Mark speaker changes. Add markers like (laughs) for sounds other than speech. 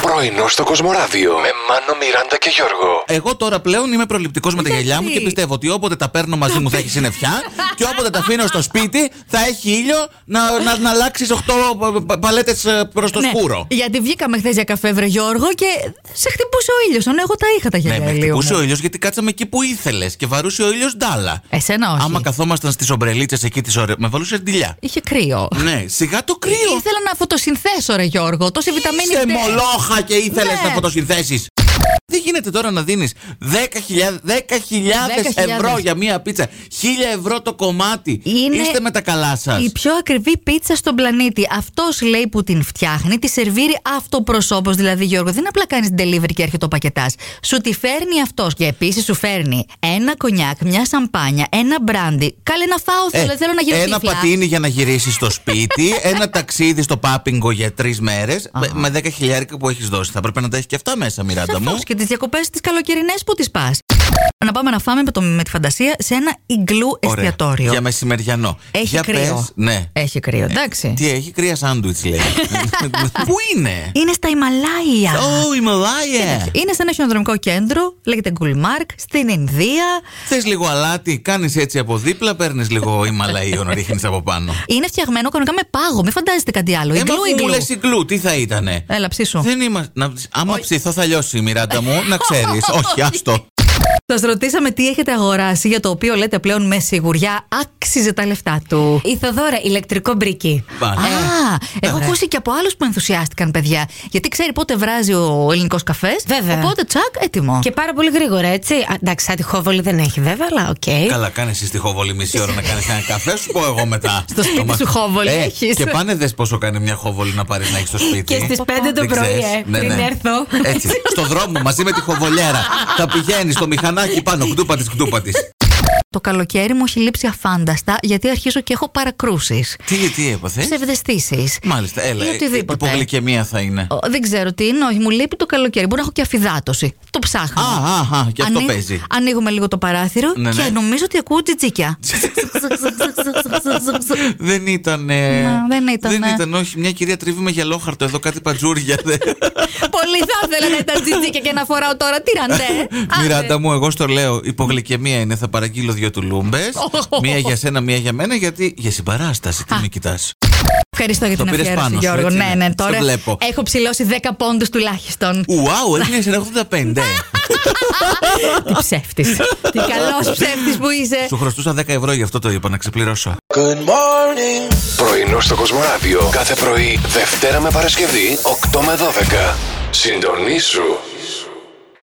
Speaker 1: Πρωινό στο Κοσμοράδιο με Μάνο, Μιράντα και Γιώργο.
Speaker 2: Εγώ τώρα πλέον είμαι προληπτικός με τα
Speaker 3: Εντάξει.
Speaker 2: γυαλιά μου και πιστεύω ότι όποτε τα παίρνω μαζί μου θα έχει
Speaker 3: (laughs)
Speaker 2: συννεφιά και όποτε τα αφήνω στο σπίτι θα έχει ήλιο να, να, να αλλάξεις 8 παλέτε προ ε, το
Speaker 3: Ναι,
Speaker 2: σκούρο.
Speaker 3: Γιατί βγήκαμε χθες για καφέ, βρε Γιώργο, και σε χτυπούσε ο ήλιος. Ενώ εγώ τα είχα τα
Speaker 2: Ναι,
Speaker 3: γυαλιά
Speaker 2: με
Speaker 3: ηλίου
Speaker 2: χτυπούσε
Speaker 3: μου.
Speaker 2: ο ήλιος γιατί κάτσαμε εκεί που ήθελες και βαρούσε ο ήλιος ντάλα.
Speaker 3: Εσένα όχι.
Speaker 2: Άμα καθόμασταν στις ομπρελίτσες εκεί τη ωραία. Με βαλούσε ντυλιά.
Speaker 3: Είχε κρύο.
Speaker 2: ναι, σιγά το κρύο.
Speaker 3: Ήθελα να φωτοσυνθέσω, ρε Γιώργο. Τόση βιταμίνη
Speaker 2: Είσαι
Speaker 3: D.
Speaker 2: μολόχα και ήθελες
Speaker 3: Ναι.
Speaker 2: να φωτοσυνθέσεις. Δεν γίνεται τώρα να δίνεις 10.000, 10.000 ευρώ
Speaker 3: 10.000.
Speaker 2: για μία πίτσα. 1.000 ευρώ το κομμάτι.
Speaker 3: Είναι
Speaker 2: Είστε με τα καλά σας.
Speaker 3: Η πιο ακριβή πίτσα στον πλανήτη. Αυτός λέει που την φτιάχνει, τη σερβίρει αυτοπροσώπως. Δηλαδή, Γιώργο, δεν απλά κάνεις delivery και έρχεται ο πακετάς. Σου τη φέρνει αυτός. Και επίσης σου φέρνει ένα κονιάκ, μια σαμπάνια, ένα μπράντι. Καλέ να φάω, θέλω, θέλω να γυρίσω
Speaker 2: Ε, ένα
Speaker 3: τυφλά.
Speaker 2: πατίνι για να γυρίσεις στο σπίτι,
Speaker 3: (laughs)
Speaker 2: ένα ταξίδι στο πάπιγκο για τρεις μέρες. Με 10 χιλιάρικα που έχεις δώσει. Θα πρέπει να τα έχεις και αυτά μέσα, Μιράντα μου.
Speaker 3: Σαφώς και τις διακοπές τις καλοκαιρινές που τις πας. Να πάμε να φάμε με, το, με τη φαντασία σε ένα ιγκλού
Speaker 2: Ωραία.
Speaker 3: εστιατόριο.
Speaker 2: Για μεσημεριανό.
Speaker 3: Έχει
Speaker 2: για
Speaker 3: κρύο. Ε.
Speaker 2: Πες, ναι.
Speaker 3: Έχει κρύο, εντάξει.
Speaker 2: Τι έχει, κρύα σάντουιτ
Speaker 3: (laughs)
Speaker 2: λέει. Πού είναι?
Speaker 3: Είναι στα Ιμαλάια.
Speaker 2: Ω, ναι. η Μελάια.
Speaker 3: Είναι σε ένα χιονοδρομικό κέντρο, λέγεται Γκουλμάρκ, στην Ινδία.
Speaker 2: Θες λίγο αλάτι, κάνεις έτσι από δίπλα, παίρνεις λίγο Ιμαλαίων, ρίχνεις από πάνω.
Speaker 3: Είναι φτιαγμένο κανονικά με πάγο, μην φαντάζεστε κάτι άλλο.
Speaker 2: Έμα
Speaker 3: Ιγκλού,
Speaker 2: που μου
Speaker 3: ιγκλού.
Speaker 2: λε γκλου, τι θα ήτανε.
Speaker 3: Έλα, ψήσου.
Speaker 2: Δεν είμαστε. να- Άμα ψηθώ, θα λιώσει η Μιράντα μου, να ξέρεις. Όχι, άστο.
Speaker 3: Σας ρωτήσαμε τι έχετε αγοράσει για το οποίο λέτε πλέον με σιγουριά άξιζε τα λεφτά του.
Speaker 4: Η Θοδώρα, ηλεκτρικό μπρίκι.
Speaker 2: Πάνε.
Speaker 3: Α, ε. έχω ακούσει και από άλλους που ενθουσιάστηκαν, παιδιά. Γιατί ξέρει πότε βράζει ο ελληνικός καφές.
Speaker 4: Βέβαια.
Speaker 3: Οπότε τσακ, έτοιμο.
Speaker 4: Και πάρα πολύ γρήγορα, έτσι. Α, εντάξει, ατυχόβολη δεν έχει βέβαια, αλλά οκ.
Speaker 2: Καλά, κάνει εσύ τη χόβολη μισή ώρα να κάνεις ένα καφέ, σου πω εγώ μετά.
Speaker 3: Στο σπίτι
Speaker 2: Το μα-
Speaker 3: σου χόβολη
Speaker 2: Ε,
Speaker 3: έχεις.
Speaker 2: Και πάνε δες πόσο κάνει μια χόβολη να πάρεις να έχεις στο σπίτι.
Speaker 4: Και στις πέντε
Speaker 2: Δεν
Speaker 4: το πρωί,
Speaker 2: ξέρεις.
Speaker 4: ε,
Speaker 2: Ναι,
Speaker 4: πριν
Speaker 2: ναι.
Speaker 4: έρθω.
Speaker 2: Έτσι. Στο δρόμο μαζί με τη χοβολιέρα. Θα πηγαίνεις στο μηχανάκι πάνω, κτούπα τη, κτούπα της.
Speaker 3: Το καλοκαίρι μου έχει λείψει αφάνταστα γιατί αρχίζω και έχω παρακρούσεις.
Speaker 2: Τι, τι έπαθες.
Speaker 3: Ψευδεστήσεις.
Speaker 2: Ε? Μάλιστα, έλα.
Speaker 3: Ή
Speaker 2: ε,
Speaker 3: οτιδήποτε.
Speaker 2: Υπογλυκαιμία θα είναι.
Speaker 3: Ο, Δεν ξέρω τι είναι, όχι, μου λείπει το καλοκαίρι. Μπορεί να έχω και αφιδάτωση. Το ψάχνω.
Speaker 2: Α, α, α, και αυτό
Speaker 3: Ανοίγ-
Speaker 2: παίζει.
Speaker 3: Ανοίγουμε λίγο το παράθυρο
Speaker 2: Ναι,
Speaker 3: και
Speaker 2: ναι.
Speaker 3: νομίζω ότι
Speaker 2: (laughs)
Speaker 3: ακούω τζιτζίκια.
Speaker 2: Δεν ήταν.
Speaker 3: Να, δεν ήτανε.
Speaker 2: Δεν ήταν, όχι. Μια κυρία τρίβει με γυαλόχαρτο εδώ κάτι πατζούρια.
Speaker 3: (laughs)
Speaker 2: δε.
Speaker 3: Πολύ θα ήθελα να ήταν τζιτζίκια και να φοράω τώρα τι ραντέ. ναι.
Speaker 2: Μιράντα μου, εγώ στο λέω υπογλυκαιμία είναι. Θα παραγγείλω δύο τουλούμπε.
Speaker 3: (laughs)
Speaker 2: μία για σένα, μία για μένα, γιατί για συμπαράσταση. Τι με κοιτάς.
Speaker 3: Ευχαριστώ για
Speaker 2: Το
Speaker 3: την
Speaker 2: πήρες
Speaker 3: αφιέρωση,
Speaker 2: πάνω σου,
Speaker 3: Γιώργο.
Speaker 2: έτσι
Speaker 3: Ναι,
Speaker 2: είναι.
Speaker 3: ναι,
Speaker 2: Σε
Speaker 3: τώρα
Speaker 2: βλέπω.
Speaker 3: έχω ψηλώσει 10 πόντους τουλάχιστον.
Speaker 2: Ουάου, έγινε σε 85.
Speaker 3: (laughs) τι ψεύτης. τι
Speaker 2: (laughs)
Speaker 3: καλός ψεύτης που είσαι.
Speaker 2: Σου χρωστούσα 10 ευρώ, γι' αυτό το είπα να ξεπληρώσω.
Speaker 1: Πρωινό στο Κοσμοράδιο κάθε πρωί, Δευτέρα με Παρασκευή, 8 με 12. Συντονίσου.